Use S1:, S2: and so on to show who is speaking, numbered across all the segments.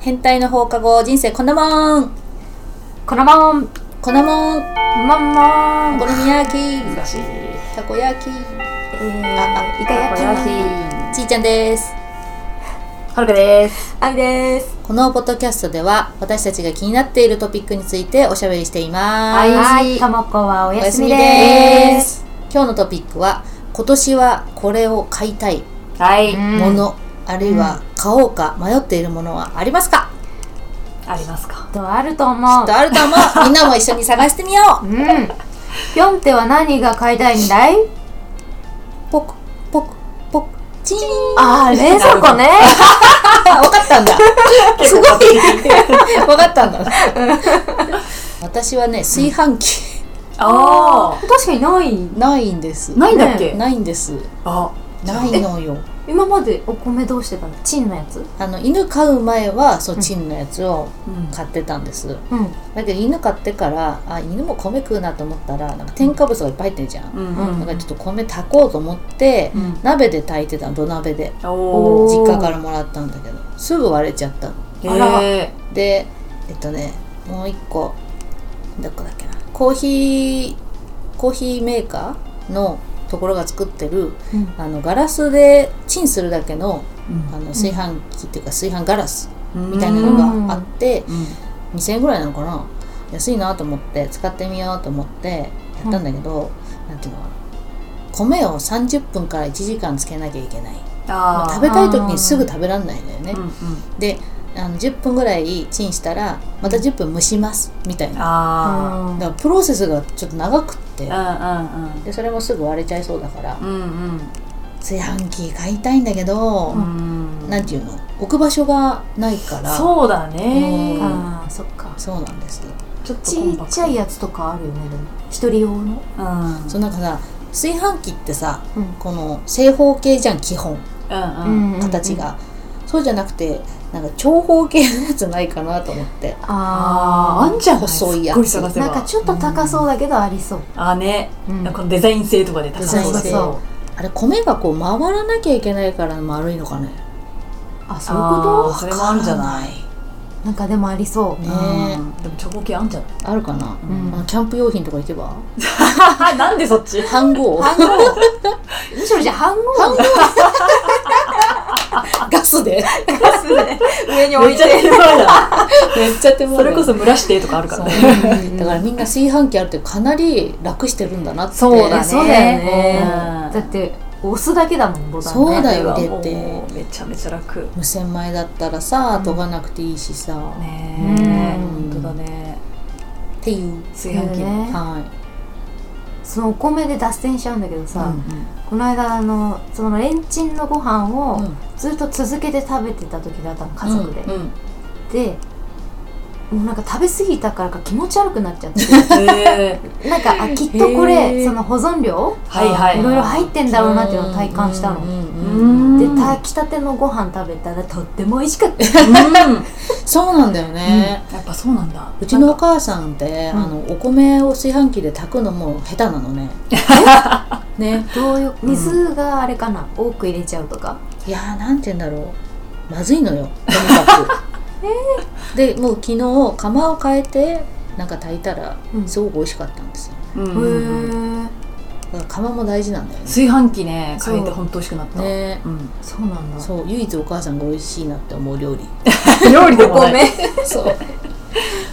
S1: 変態の放課後人生こんなもん
S2: このまん
S1: こんなもん
S2: まんま
S1: お
S2: ん
S1: 好み焼き
S2: 難しい
S1: たこ焼き
S2: あ
S1: あイカ焼きちいちゃんです
S2: はるかです
S3: あいです。
S1: このポッドキャストでは私たちが気になっているトピックについておしゃべりしています
S2: はいともこはお
S1: お
S2: や
S1: や
S2: す
S1: す
S2: み
S1: み
S2: で
S1: ですす今日のトピックは今年はこれを買いたい
S3: はい、
S2: うん
S1: もの、あるいは買おうか迷っているものはありますか、
S3: ありますか。
S2: きっとあると
S1: き
S2: 思
S1: っ
S2: う
S1: とあると思うみんなも一緒に探してみよう
S2: うんぴょんては何が買いたいんだい
S1: ポクポクポクチーン
S2: あー冷蔵 庫ね
S1: あ分かったんだ
S3: すごい。
S1: 分かったんだ私はね炊飯器
S3: あ
S2: ー確かにない
S1: ないんです
S3: あ、ないんだっけ。
S1: ないんです
S3: あ、
S1: ないのよ
S2: 今までお米どうしてたのチンのやつ
S1: あの犬飼う前はそうチンのやつを
S3: うん
S1: 買ってたんです、
S2: うん
S1: だけど犬飼ってからあ犬も米食うなと思ったらなんか添加物がいっぱい入ってるじゃん、
S3: うん
S2: うん
S1: だからちょっと米炊こうと思って、
S3: うん
S1: 鍋で炊いてたの土鍋で
S3: お
S2: おー
S1: 実家からもらったんだけどすぐ割れちゃったの
S3: ー
S2: あら
S3: へ
S1: でえっとねもう一個どこだっけなコーヒーコーヒーメーカーのところが作ってる
S2: うん
S1: あのガラスでチンするだけのあ
S3: ー
S1: の炊飯器っていうか炊飯ガラス
S3: うん
S1: みたいなのがあって、
S3: うん
S1: 2000円ぐらいなのかな安いなと思って使ってみようと思ってやったんだけど、なんていうのかな米を30分から1時間つけなきゃいけない
S3: あー
S1: 食べたい時にすぐ食べらんないんだよね、
S3: うんうん
S1: であの10分ぐらいチンしたらまた10分蒸しますみたいな
S3: あ
S1: だからプロセスがちょっと長くって
S3: あ、
S1: でそれもすぐ割れちゃいそうだから
S3: うんうんうん
S1: 炊飯器買いたいんだけど、
S3: うんうん。
S1: なんていうの置く場所がないから
S3: そうだね
S1: う。ん
S2: あーそっか
S1: そうなんです
S3: ちょっと
S2: ちっちゃいやつとかあるよねでも一人用の
S3: うん
S1: そうなんかさ炊飯器ってさ
S2: うん
S1: この正方形じゃん基本
S3: うんうん。
S1: 形が、そうじゃなくてなんか長方形のやつないかなと思って
S2: あ
S3: あーあんじゃん。
S1: 細いやつ
S3: すっご探
S2: あ
S3: せば
S2: なんかちょっと高そうだけどありそう、
S3: あーね。
S2: うん
S3: なんかこのデザイン性とかで高そうだ
S1: デザイ
S3: け
S1: ン
S3: ど
S2: 性。
S1: あれ米がこう回らなきゃいけないから丸いのかね
S2: あそういうこ
S3: あーそれもあるんじゃ
S1: わ
S3: ない
S1: か
S2: となんかでもありそう、
S1: ね
S3: うんでも長方形あんじゃない。
S1: ら ないあるかな、
S2: うん
S1: あのキャンプ用品とか行けば
S3: あなんでそっち。
S1: 半号
S2: 半合むしろじゃあ半合
S1: ガスで
S2: 上に
S3: めっち ゃ出てこないじゃ ん
S1: めっちゃ手間
S3: それこそ蒸らしてとかあるからね。
S1: うんだからみんな炊飯器あるってかなり楽してるんだなって
S3: そうだね
S2: そうだよね
S3: うん
S2: だって押すだけだもんボタン
S1: そうだ
S2: ね
S1: よ
S3: れはもう
S1: 出て
S3: めちゃめちゃ楽。
S1: 無洗米だったらさ研がなくていいしさ、っ
S3: ね
S2: え
S3: 本当だね。
S1: ていう
S3: 炊飯器ね。
S2: ね
S1: はい、
S2: そのお米で脱線しちゃうんだけどさ、
S1: うん
S2: この間あのそのレンチンのご飯
S1: う
S2: を
S1: ん
S2: ずっと続けて食べてた時があったの家族で、
S3: うん。
S2: でもうなんか食べ過ぎたからか気持ち悪くなっちゃって
S3: えー
S2: なんかあきっとこ
S3: へ
S2: れ
S3: ー
S2: その保存量
S3: はいはい。
S2: いろいろ入ってんだろうなっていうのを体感したの、
S1: うんうんうん
S3: うん。
S2: で
S3: うん
S2: 炊きたてのご飯食べたらとっても美味しかった
S1: そうなんだよね、
S3: やっぱそうなんだ。
S1: うちのお母さんって、
S2: うん
S1: あのお米を炊飯器で炊くのも下手なのね ね
S2: どうよ水があれかな、多く入れちゃうとか
S1: いやーなんて言うんだろうまずいのよとにかくでもう昨日釜を変えてなんか炊いたら
S2: うん
S1: すごく美味しかったんですよ
S3: う
S2: へ
S3: ん
S2: ー
S1: だから釜も大事なんだよね
S3: 炊飯器ね、
S2: そう
S3: 変えて本当美味しくなった。
S1: ね
S3: うん。
S2: そうなんだ
S1: そう唯一お母さんが美味しいなって思う料理
S3: 料理でも
S2: ご
S3: ない。
S2: めん
S1: そう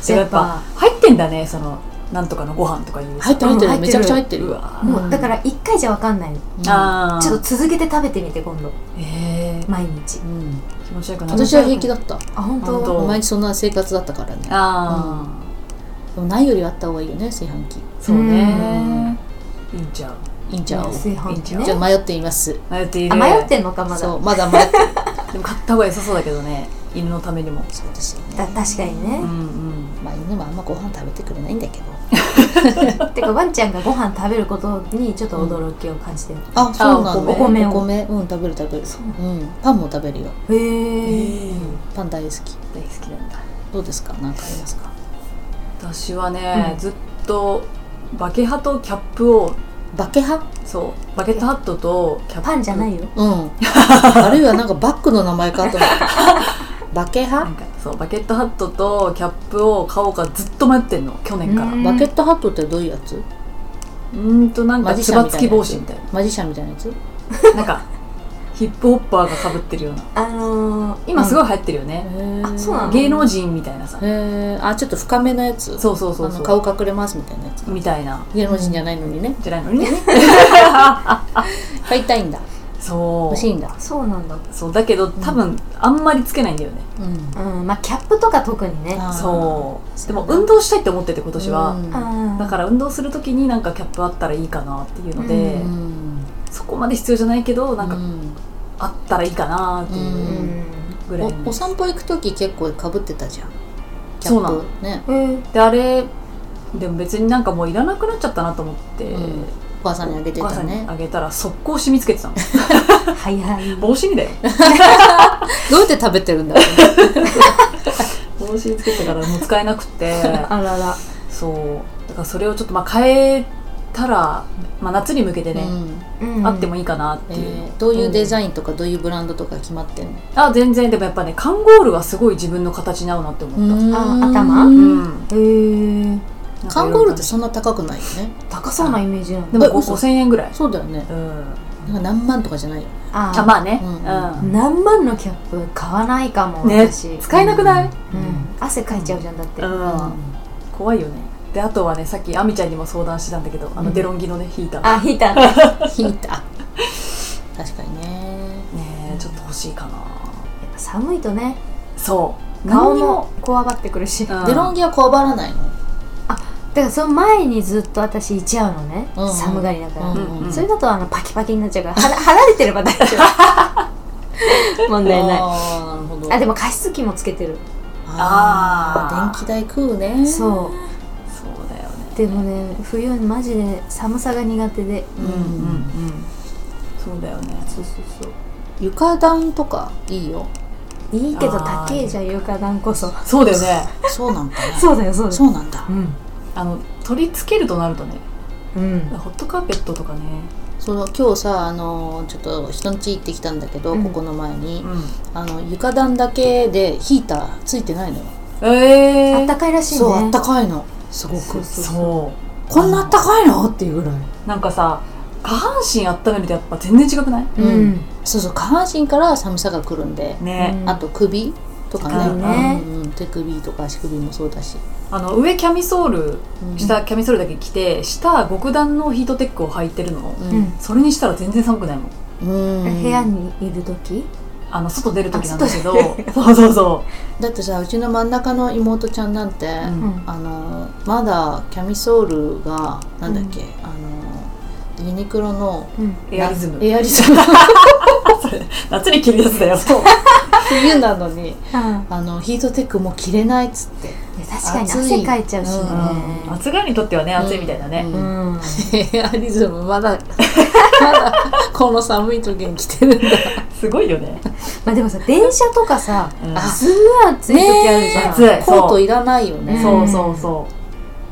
S3: でもやっぱ入ってんだね、そのなんとかのご飯とかいう。
S1: 入ってる入って
S2: う
S1: る
S2: ん
S1: めちゃくちゃ入ってる
S3: うわ。
S2: もうだから一回じゃわかんないの
S1: うん
S3: ああ。
S2: ちょっと続けて食べてみて今度
S3: ええ。
S2: 毎日
S1: うん
S3: 気持ちよくなる。
S1: 私は平気だった
S2: あ本当
S3: 本当
S1: 毎日そんな生活だったからね
S3: ああ。
S1: でもないよりはあった方がいいよね炊飯器
S3: そうね。いいんちゃう。
S1: いいんちゃう、
S2: 炊飯器
S3: いいん
S1: じゃあ
S2: ね
S1: 迷っています、
S3: 迷っている。
S2: あ迷ってんのかまだ
S1: そうまだ迷って
S3: でも買った方が良さそうだけどね。犬のためにも。
S1: そうですよね
S2: だ確かに
S3: うんう
S2: ね、
S3: ん。
S1: まあ犬もあんまご飯食べてくれないんだけど
S2: てかワンちゃんがご飯食べることにちょっと驚きを感じてる、
S1: あそうなの
S3: お
S2: 米
S1: お
S2: お
S1: 米うん食べる食べる
S2: そう
S1: うんパンも食べるよ
S2: へえ
S1: パン大好き
S3: 大好きなんだ
S1: どうですか何かありますか
S3: 私はね、
S2: うん
S3: ずっとバケハとキャップを
S1: バケハ
S3: そうバケットハットとキャップ
S2: パン じゃないよ
S1: うんあるいはなんかバッグの名前かと思ったバケ
S3: な
S1: ハ
S3: んかそうバケットハットとキャップを買おうかずっと迷ってんの去年から
S2: うん
S1: バケットハットってどういうやつ
S3: うーんとなんか
S1: マジ
S3: つ
S1: シャン
S3: ば
S1: み
S3: つ
S1: たい
S3: き
S1: なや
S3: 帽
S1: つ
S3: 子みたい
S1: マジシャンみたいなやつ
S3: ななんかヒップホッパーがかぶってるような
S2: あのー、
S3: 今すごい流行ってるよね、
S1: あ
S2: そうなの
S3: 芸能人みたいなさ
S1: へえあちょっと深めのやつ
S3: そうそうそう
S1: あ
S3: そ
S1: の
S3: う
S1: 顔隠れますみたいなやつ
S3: みたいな
S1: 芸能人じゃないのにね
S3: じゃないのにね
S1: 買いたいんだ
S3: そ
S1: 欲し
S3: う
S1: いんだ
S2: そうなんだ
S3: そうだけど多分あんまりつけないんだよね、
S1: うん
S2: うんまあキャップとか特にね
S1: あー
S3: そうでも
S1: そうだ
S3: 運動したいって思ってて今年は、
S1: うん
S2: うん
S3: だから運動する時になんかキャップあったらいいかなっていうので、
S2: うん
S1: うん
S3: そこまで必要じゃないけどなん
S1: う
S3: か
S1: ん
S3: あったらいいかなって
S2: う
S3: いうんぐらいの
S1: おお散歩行く時結構かぶってたじゃんキャップ
S3: そうなの
S1: ね
S2: えー
S3: であれでも別になんかもういらなくなっちゃったなと思って、
S1: うんお母さんにあげて
S3: お母
S1: た
S3: さんに
S1: ね
S3: あげたら速攻染みつけてたの
S2: はい はい
S3: 帽子にだよ
S1: どうやって食べてるんだろうね
S3: 帽子につけてからもう使えなくて
S2: あらら
S3: そうだからそれをちょっとまあ変えたら、まあ、夏に向けてね、
S1: うん
S2: うん
S3: あってもいいかなって
S1: え
S3: いう、
S1: ーどういうデザインとかどういうブランドとか決まってんの
S3: あ全然でもやっぱねカンゴールはすごい自分の形に合うなって思った、
S2: あ頭
S3: う
S1: うん
S3: ん
S2: へえ
S1: カンゴールってそんな高くないよね
S2: 高そうなイメージなん
S3: で
S2: だ
S3: も
S1: え
S3: こう
S1: 嘘
S3: 5000円ぐらい、
S1: そうだよね
S3: うん、
S1: なんか何万とかじゃないよ
S2: あー
S3: あまあね、
S1: う
S3: うんん
S2: 何万のキャップ買わないかも
S3: ね
S2: 私
S3: 使えなくない、
S2: うん汗かいちゃうじゃんだって
S3: 怖いよねであとはねさっき亜美ちゃんにも相談してたんだけどあ
S1: う
S3: の
S1: ん
S3: デロンギのねヒーター、
S2: あヒーター
S1: 引いた確かにね
S3: ねえちょっと欲しいかな
S2: 寒いとね
S3: そう
S2: 顔
S3: 何に
S2: もこわばってくるしだ
S3: うん
S1: デロンギはこわばらないの
S2: からその前にずっと私いちゃうのね
S1: うんうん
S2: 寒がりだから
S3: うんうん
S2: それだとあのパキパキになっちゃうからは ら離れてれば大丈 夫問題ない
S1: あーなるほど
S2: あでも加湿器もつけてる
S1: あ
S3: あ
S1: ー
S3: ー
S1: 電気代食うね
S2: そ
S3: そうだよね
S2: うでもね冬マジで寒さが苦手で
S1: う
S3: うんんうんうんそうだよね
S2: そうそうそう
S1: 床暖とかいいよ
S2: いいけど
S3: あー
S2: 高えじゃん床暖こそ
S3: そうだよね
S1: そうなんだね
S2: そうだよそうだよ
S1: そうなんだ
S2: うん
S3: あの取り付けるとなるとね
S2: うん
S3: ホットカーペットとかね
S1: その今日さあのちょっと人ん家行ってきたんだけど、
S2: うん
S1: ここの前に、
S3: ん
S1: あの床暖だけでヒーターついてないのよ、
S3: ええ
S2: あったかいらしいね
S1: そうあったかいのすごく
S2: そうそう
S3: そ
S1: こんなあったかいのっていうぐらいう
S3: なんかさ下半身温めるとやっぱ全然違くない
S2: うん
S1: そうそう下半身から寒さが来るんで、
S3: ね、
S2: うん
S1: あと首とかね
S2: 首ね
S1: うんうん手首とか足首もそうだし、
S3: あの上キャミソール
S1: うん
S3: 下キャミソールだけ着て下極暖のヒートテックを履いてるの
S1: うん、
S3: それにしたら全然寒くないもん
S1: うん
S2: 部屋にいる時
S3: あの外出る時なんだけど そうそうそ
S1: だってさうちの真ん中の妹ちゃんなんて、
S3: う、
S2: う
S3: うん
S2: ん
S1: あのまだキャミソールがなんだっけ、あのユニクロの
S2: うん
S3: エアリズム
S1: エアリズム
S3: 夏に着るやつだよ
S1: 冬なのに
S2: あ
S1: あのヒートテックもう着れないっつって
S2: ー確かに
S1: 暑い
S2: 汗かいちゃうしね
S1: う
S3: 暑がりにとってはね暑いみたいなね、
S1: うん
S2: うん
S1: エアリズムまだまだこの寒い時に着てるんだ
S3: すごいよね、
S2: まあでもさ電車とかさ
S3: うん
S1: あ
S2: すごい暑い時あるじゃん
S3: 暑いそう
S1: コートいらないよね
S3: そうそうそ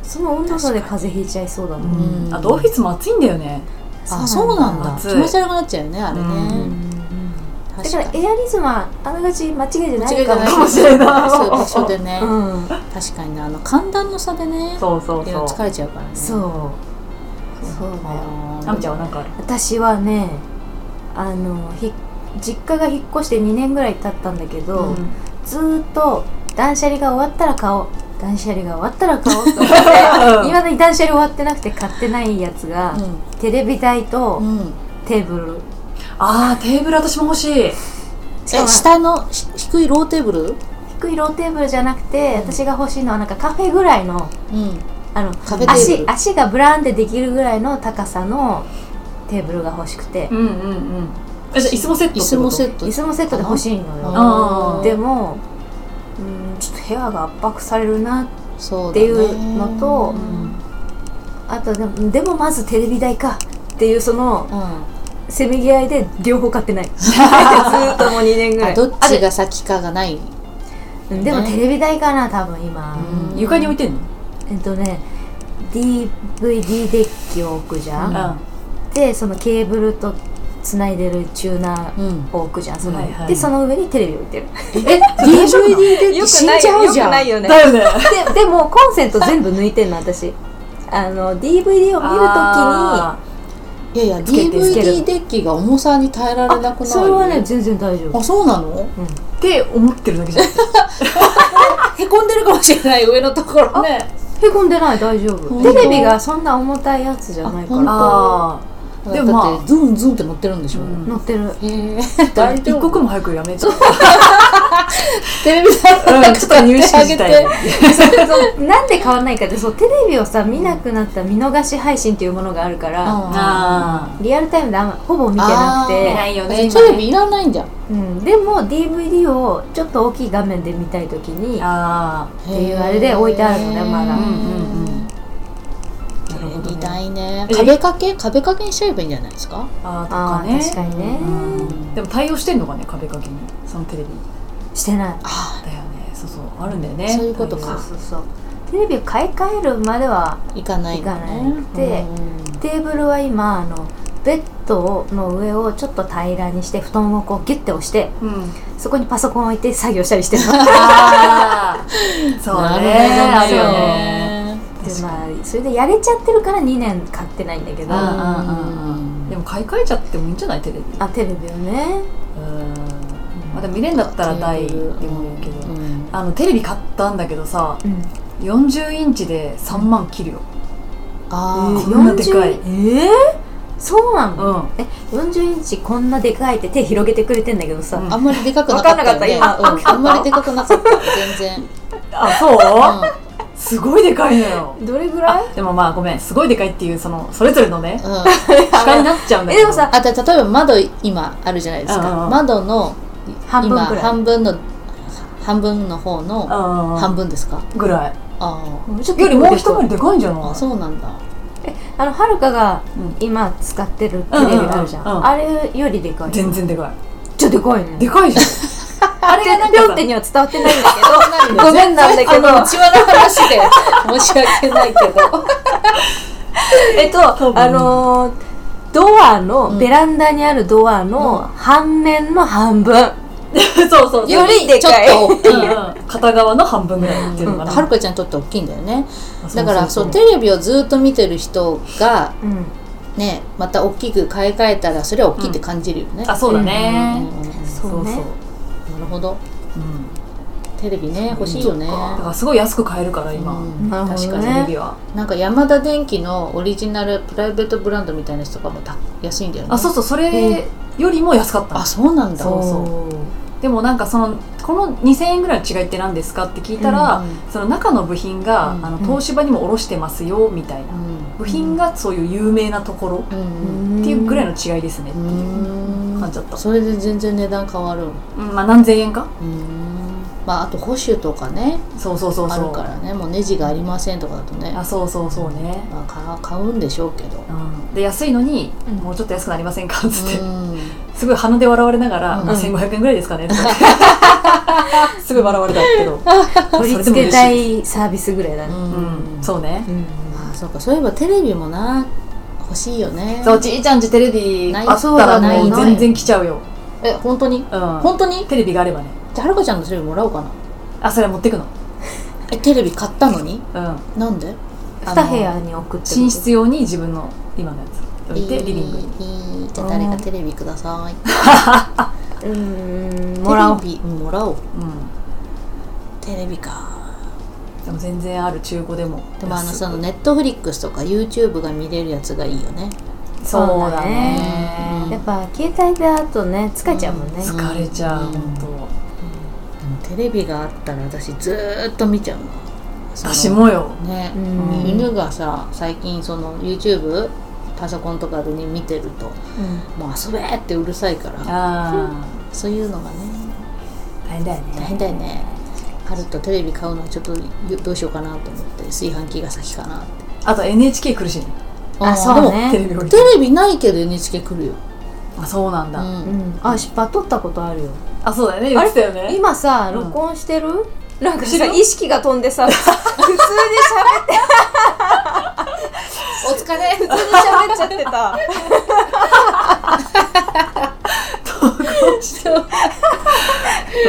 S2: その温度差で風邪ひいちゃいそうだ
S3: う、
S2: も、
S3: うん
S1: ん
S3: んあとオフィスも暑いんだよね
S1: あそうなんだ
S3: 暑い
S1: 気持ち悪くなっちゃうよねあれね、
S3: うん
S2: だ
S1: 確
S2: から
S1: か
S2: エア
S1: に
S2: リズムはあながち間違いじゃない
S1: 間
S2: か
S1: 違いじゃない
S2: もしれない
S1: そういう場所でね、
S2: うん
S1: 確かにねあの寒暖の差でね
S3: そうそう
S1: いろいろ
S3: そう
S1: 疲れちゃうからね
S2: そうそうだよ
S1: あー
S3: あみちゃんはなんかある
S2: 私はねあのひ実家が引っ越して2年ぐらい経ったんだけど、
S3: うん
S2: ずーっと断捨離が終わったら買おう断捨離が終わったら買おうと思っていまだに断捨離終わってなくて買ってないやつが、テレビ台と
S1: うん、うん、
S2: テーブル、
S3: あーテーブル私も欲しい
S2: しか
S1: え
S2: も
S1: 下のし低いローテーブル、
S2: 低いローテーブルじゃなくて、私が欲しいのはなんかカフェぐらいの
S1: うん、
S2: あの
S1: カフェテーブ
S2: 足
S1: ル
S2: 足がブラーンってできるぐらいの高さのテーブルが欲しくて、
S3: うんうんうんえじゃあ椅子もセットって
S1: 椅
S3: こと
S1: 子もセット
S2: 椅子もセットで欲しいのよ、
S3: あー
S2: でもうんちょっと部屋が圧迫されるな
S1: そうだね
S2: っていうのと
S1: うん
S2: あとでもでもまずテレビ台かっていうその
S1: うん
S2: せめぎ合いで両方 買ってないずーっともう2年ぐら
S1: あ
S2: い
S1: どっちが先かがない
S2: うんでもテレビ台かな多分今、
S1: うん
S3: 床に置いてんの
S2: えっとね DVD デッキを置くじゃ
S1: う
S2: ん、
S1: ん
S2: でそのケーブルとつないでるチューナー
S1: うん
S2: を置くじゃんその、
S3: はいはい
S2: でその上にテレビ置いてる
S3: え
S1: DVD で
S2: よ
S1: 死んじゃうじゃん
S2: よくないよね
S3: だ よね
S2: ででもコンセント全部抜いてんの私あの DVD を見ると
S1: い
S2: きに
S3: き
S1: やいや
S3: つけてつける
S1: DVD デッキが重さに耐えられなくなる
S2: それはね全然大丈夫
S1: あそうなの
S3: にって思ってるだけじゃん
S1: へこんでるかもしれない上のところね
S2: へこんでない大丈
S1: ほん
S2: 夫
S1: と
S2: テレビがそんな重たいやつじゃないか
S1: あ
S2: ら
S1: あ
S3: あでもまあ
S1: だってズンズンって乗ってるんでしょ、
S3: うん
S2: 乗ってる
S1: へえ
S3: あ一刻も早くやめちゃう
S1: テレビ台
S3: うんちょっと入試
S1: あげ
S3: した
S1: て
S3: い
S2: そうなんで変わんないかってそうテレビをさ見なくなった見逃し配信っていうものがあるから、
S3: あ
S2: リアルタイムであんまほぼ見てなく
S1: あー
S2: て、
S3: いよ
S1: えテレビいらないんじゃん
S2: うん、でも DVD をちょっと大きい画面で見たい時に
S3: ああ
S2: っていうあれで置いてあるのねまだ
S1: うん
S3: うんうんうん
S1: テ
S3: なる
S1: レ
S3: ほど
S1: ビ
S3: ね
S1: 台ね
S3: え
S1: 壁掛け壁掛けにしちゃえばいいんじゃないですか
S3: あ
S2: あ
S3: あとか
S2: ー
S3: ね
S2: 確かにね、
S3: うんでも対応してんのかね壁掛けにそのテレビ
S2: してない
S1: あ
S3: だよねそうそうあるんだよね
S1: そういうこと
S2: そ
S1: か
S2: うそうそうテレビを買い替えるまでは
S1: あ行かない
S2: い
S1: の
S2: かない
S1: ね
S2: で
S1: うん
S2: テーブルは今あのベッドの上をちょっと平らにして布団をこうギュッて押して
S3: 対応うん
S2: そこにパソコンを置いて作業したりしてる
S3: あー そう
S1: なる
S3: ねあるよね
S2: でまあそれでやれちゃってるから2年買ってないんだけど
S3: うん
S2: あ
S3: うんうんうんでも買い替えちゃってもいいんじゃないテレビ
S2: テレビをね
S3: うんまだ見れんだったら大でもいいけどあのテレビ買ったんだけどさ
S2: うん
S3: 40インチで3万切るよ
S1: あー
S3: こんなでかい
S2: 40えーそうなの、
S3: うん
S2: え40インチこんなでかいって手広げてくれてんだけどさ、
S3: うん
S1: あんまりでかくなかったよね
S2: わかんなかった今
S1: うんあんまりでかくなかった全然
S3: あそ
S1: う
S3: う
S1: ん
S3: すごいでかいのよ
S2: どれぐらい
S3: でもまあごめんすごいでかいっていうそのそれぞれ のね
S1: うん
S3: 主観になっちゃうんだ
S2: え
S3: け
S2: で
S3: ど
S2: もさ
S1: あと例えば窓今あるじゃないです
S3: うんうん
S1: か
S3: うん
S1: 窓の
S2: 半分
S1: 今
S2: ぐらい
S1: 半分の半分の方の
S3: 半
S1: 半分ですか
S3: ぐらい
S1: あ
S2: ちょっと
S3: よりもう一回りでかいんじゃ
S1: ー
S3: な
S1: あ
S3: い
S1: そうなんだ
S2: あのはるかが
S3: うん
S2: 今使ってるテレビあるじゃん,、
S3: うんうんうんうん
S2: あれよりでかい
S3: 全然でか
S2: ちょでかいね
S3: いでかいじゃんあれがなん
S2: 両
S3: か
S2: 手
S3: さ
S2: には伝わってないんだけど
S1: ご
S2: ご
S1: め
S2: め
S1: ん
S2: ん
S1: な
S2: なんん
S1: だけ
S2: だけ
S1: ど、
S2: ど
S1: うちわの話で申し訳ないけど。
S2: えっ
S3: 多
S2: と
S3: 分
S2: あのードア
S1: う
S2: の
S1: ん
S2: ベランダにあるドアの半面の半分、
S3: そうそう
S2: よりでかい
S1: ちょ っと
S3: う
S1: 大
S3: ん
S1: きい。
S3: うん 片側の半分ぐらいっていうのかな
S1: はるかちゃんにとって大きいんだよね。
S3: あ
S1: だから、そう、テレビをずっと見てる人が、ね、また大きく買い替えたら、それは大きいって感じるよね。
S3: あそうだね
S1: うんうんうん
S2: そうね
S1: なるほど。
S3: うん
S1: テレビね、欲しいよね。
S3: だからすごい安く買えるから
S1: う
S3: 今
S1: ん
S2: なるほ
S1: 確
S2: ど
S1: か
S2: ね
S1: に
S3: テレビは
S1: なんかヤマダ電機のオリジナルプライベートブランドみたいなやつとかもた安いんだよね
S3: あそうそうそれよりも安かったの
S1: あそうなんだ
S3: そうそうでもなんかそのこの2000円ぐらいの違いって何ですかって聞いたら、
S1: うん
S3: その中の部品が、
S1: うん
S3: あの東芝にも卸してますよみたいな、
S1: うん
S3: 部品がそういう有名なところ
S1: う
S2: うんん
S3: っていうぐらいの違いですね、
S1: うん
S3: 感じだった
S1: それで全然値段変わる
S3: うんまあ何千円か
S1: うんまああと保守とかね
S3: そうそうそうそう
S1: あるからねもうネジがありませんとかだとね
S3: あそうそうそうね、
S1: まあ、か買うんでしょうけど
S3: うん、で安いのに、
S2: うん
S3: もうちょっと安くなりませんかっつって、
S1: うん
S3: すごい鼻で笑われながら、
S1: うん
S3: 2500円ぐらいですか ねとかってすごい笑われたけど、
S2: 取り付けたいサービスぐらいだね、
S3: うん、
S1: う
S3: そうね、
S2: うん
S1: あそうかそういえばテレビもな欲しいよね
S3: そうちいちゃんちテレビ
S1: ない
S3: あったらもう
S1: ない
S3: 全然来ちゃうよ、
S1: え本当に
S3: うん、
S1: 本当に
S3: テレビがあればね
S1: じゃあはるかちゃんのテレビもらおうかな
S3: あそれ持ってくの
S1: えテレビ買ったのに
S3: うん
S1: なんで
S2: 2部屋に送って
S3: 寝室用に自分の今のやつ置い
S1: で
S3: てリビングに
S1: いいじゃあ誰かテレビください
S2: うんもらおう
S1: テレビんもらおう
S3: うん
S1: テレビか
S3: でも全然ある中古でも
S1: でもあの
S3: 安く
S1: そのネットフリックスとか YouTube が見れるやつがいいよね
S3: そうだ
S1: うん
S3: ね
S2: やっぱ携帯だとね疲れちゃうもんね、
S1: うん
S3: 疲れちゃう
S1: うん
S3: 本
S1: でもテレビがあったら私ずーっと見ちゃうの
S3: 当私もよ
S1: ね、
S2: うん
S1: 犬がさ最近その YouTube パソコンとかで、ね、見てると「もう遊べ!」ってうるさいから
S3: あ
S1: そういうのがね
S3: ー大変だよ
S1: 大
S3: ね
S1: 変だよね春とテレビ買うのはちょっとどうしようかなと思って炊飯器が先かなって
S3: あと NHK 苦しいね
S2: あ
S1: ー
S2: そう
S1: で
S2: ね
S3: テレビ置
S1: も
S3: い
S1: テ
S3: て
S1: レビないけど NHK 来るよ、
S3: あそうなん
S1: う、
S3: だ
S2: うんん、あ失敗取ったことあるよ
S3: あそうだよね言ってたよね
S2: 今さ
S3: うん
S2: 録音してる、なんか
S3: して
S2: さ
S3: る
S2: 意識が飛んで さ普通にしゃ
S1: お疲れ
S2: べ普通に喋っちゃってた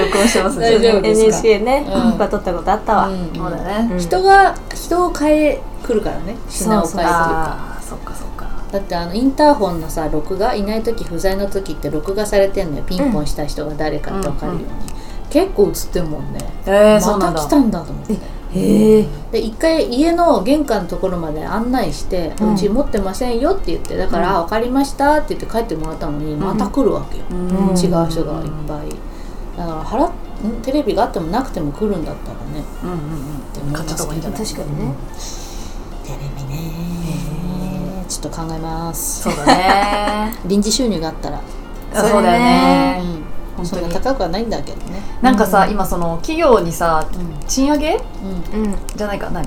S3: 録音してますね
S1: 大丈夫ですか
S2: NHK ね、
S1: うん
S2: いっぱい撮ったことあったわ、
S1: うんうん
S3: そうだね、
S2: うん
S1: 人が人を変え来るからね品を変えっていうか
S3: ああそっかそっか
S1: だってあのインターホンのさ録画いない時不在の時って録画されてんのよピンポンした人が誰かって分かるように、
S3: う
S1: 結構映ってるもんね
S3: えー、そう
S1: ま
S3: なん
S1: た
S3: だ
S1: 来たんだと思って
S2: へえ
S1: で一回家の玄関のところまで案内して「
S2: うん
S1: うち持ってませんよ」って言ってだから「あ分かりました」って言って帰ってもらったのにまた来るわけよ、
S2: ん
S1: 違う人がいっぱいだから払っんテレビがあってもなくても来るんだったらね
S3: い、うんうんうん、
S1: って思います
S3: 買っちゃった方がいいんじゃない
S2: 確かにね、
S1: テレビねちょっと考えます
S3: そうだね
S1: 臨時収入があったら、
S3: そうだよね
S1: うん、
S3: 本
S1: そ
S3: 当
S1: んな
S3: に
S1: 高くはないんだけどね
S3: なんかさ今その企業にさ
S1: う
S3: 賃上げ
S1: んうん
S2: うん
S3: じゃないか何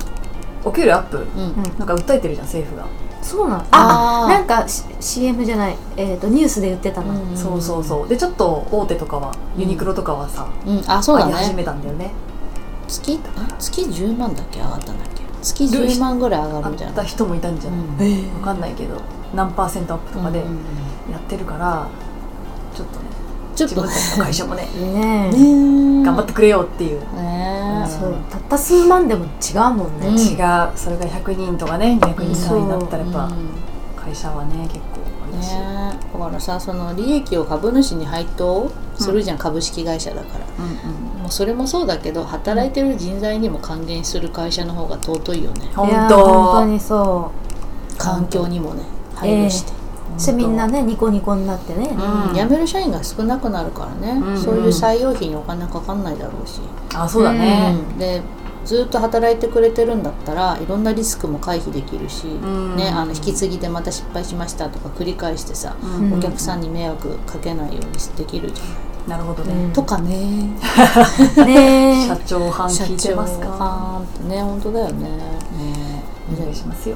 S3: お給料アップ
S1: うん
S2: うん
S3: なんか訴えてるじゃん政府が、
S2: そうなの
S1: あー
S2: あなんか C- CM じゃない、えー、とニュースで言ってたの、
S1: うん
S3: そうそうそうでちょっと大手とかはユニクロとかはさ、
S1: うん、あそうだ
S3: あり始
S1: ね
S3: めたんだよね
S1: 月あ月10万だっけ上がったんだっけ月10万ぐらい上がる
S3: あ
S1: ん
S3: っ
S1: じゃ
S3: た
S1: ない
S3: 人もいたんじゃない、
S1: うん
S3: わかんないけど何パーセントアップとかで
S1: うんうんうん
S3: やってるからちょっとね
S1: ちょっ
S3: 自
S1: と
S3: 分
S1: ね
S3: たちの会社もね
S2: ねえ、
S3: 頑
S1: 頑
S3: 張ってくれよっていう、
S1: ね
S3: うん
S2: そうたった数万でも違うもんね、
S1: うん
S3: 違うそれが100人とかね200人単位だったらやっ
S1: う
S3: ぱ
S1: ん
S3: 会社はね結構あれだし、
S1: ねだからさその利益を株主に配当するじゃん、株式会社だから
S3: うんうん
S1: もうそれもそうだけど働いてる人材にも還元する会社の方が尊いよね
S3: 本
S2: いやー本当
S3: 当
S2: にそ
S1: 環境にもね配慮して、
S2: うしてみんなねニコニコになってね、
S3: うん
S1: 辞める社員が少なくなるからね、
S3: うん
S1: そういう採用費にお金かかんないだろうし、
S3: あそうだね
S1: うんでずっと働いてくれてるんだったらいろんなリスクも回避できるし、
S3: ん
S1: ね、あの引き継ぎでまた失敗しましたとか繰り返してさ、
S3: うん
S1: お客さんに迷惑かけないようにできるじゃない、
S3: なるほど
S2: う
S3: ね
S2: ん
S1: とかね
S2: ね
S3: 社長班
S1: 社
S3: 聞いて
S1: 長
S3: ますか
S1: はーんってね本当だよね
S3: ねお願いしますよ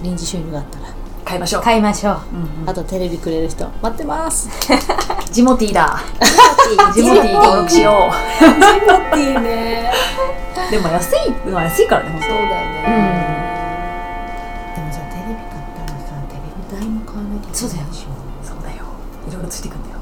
S1: 臨時収入があったら
S3: 買いましょう
S2: 買いましょう
S3: うんうん
S1: あとテレビくれる人待ってます
S3: ジモティーだジモ
S2: モテ
S3: テ
S2: ィー
S3: ィー登録しよ
S1: いいね
S3: うでも安いのは安いからね本
S1: そうだよ
S2: う
S1: ね、で
S2: ん
S1: もさテレビ買ったらさテレビ代も買わなきゃいけないでしょ
S3: 当そうだよいろいろついてくんだよ